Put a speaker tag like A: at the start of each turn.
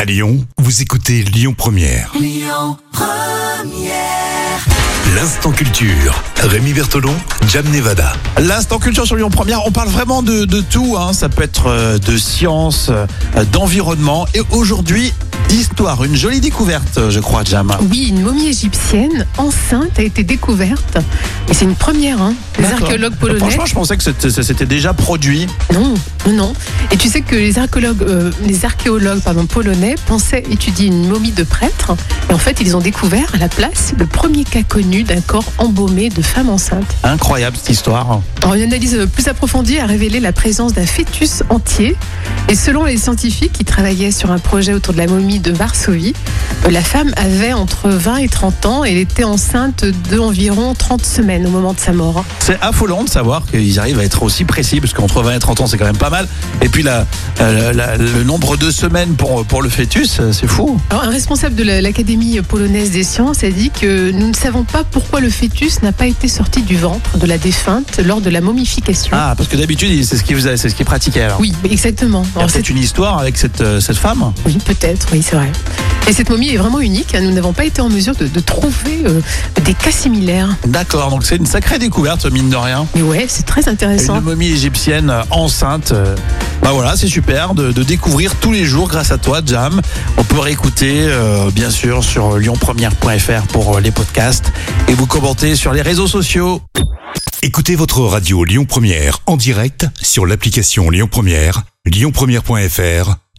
A: À Lyon, vous écoutez Lyon Première. L'instant culture. Rémi Bertolon, Jam Nevada.
B: L'instant culture sur Lyon Première, on parle vraiment de, de tout. hein. Ça peut être euh, de science, euh, d'environnement et aujourd'hui histoire. Une jolie découverte, euh, je crois, Jam.
C: Oui, une momie égyptienne enceinte a été découverte. Et c'est une première, hein. Les
B: D'accord. Bah, Euh,
C: archéologues polonais.
B: Franchement, je pensais que c'était- ça s'était déjà produit.
C: Non, non, non. Et tu sais que les archéologues, euh, les archéologues pardon, polonais pensaient étudier une momie de prêtre. Et en fait, ils ont découvert à la place le premier cas connu d'un corps embaumé de femme enceinte.
B: Incroyable cette histoire.
C: Alors, une analyse plus approfondie a révélé la présence d'un fœtus entier. Et selon les scientifiques qui travaillaient sur un projet autour de la momie de Varsovie, euh, la femme avait entre 20 et 30 ans et elle était enceinte d'environ 30 semaines au moment de sa mort.
B: C'est affolant de savoir qu'ils arrivent à être aussi précis, parce qu'entre 20 et 30 ans, c'est quand même pas mal. Et puis la- euh, la- le nombre de semaines pour, pour le fœtus, euh, c'est fou.
C: Alors, un responsable de la- l'Académie polonaise des sciences a dit que nous ne savons pas pourquoi le fœtus n'a pas été sorti du ventre de la défunte lors de la momification.
B: Ah, parce que d'habitude, c'est ce qu'ils faisaient, c'est ce qu'ils pratiquaient alors.
C: Hein Oui, exactement.
B: Il y a
C: Alors,
B: peut-être une histoire avec cette, euh, cette femme.
C: Oui, peut-être, oui, c'est vrai. Et cette momie est vraiment unique. hein. Nous n'avons pas été en mesure de, de trouver euh, des cas similaires.
B: D'accord, donc c'est une sacrée découverte, mine de rien.
C: Mais ouais, c'est très
B: Une
C: intéressant.
B: momie égyptienne euh, enceinte. euh, Bah voilà, c'est super de, de découvrir tous les jours grâce à toi, Jam. On peut réécouter, euh, bien sûr, sur lyonpremière.fr pour euh, les podcasts et vous commenter sur les réseaux sociaux.
A: Écoutez votre radio Lyon Première en direct sur l'application Lyon Première, lyonpremière.fr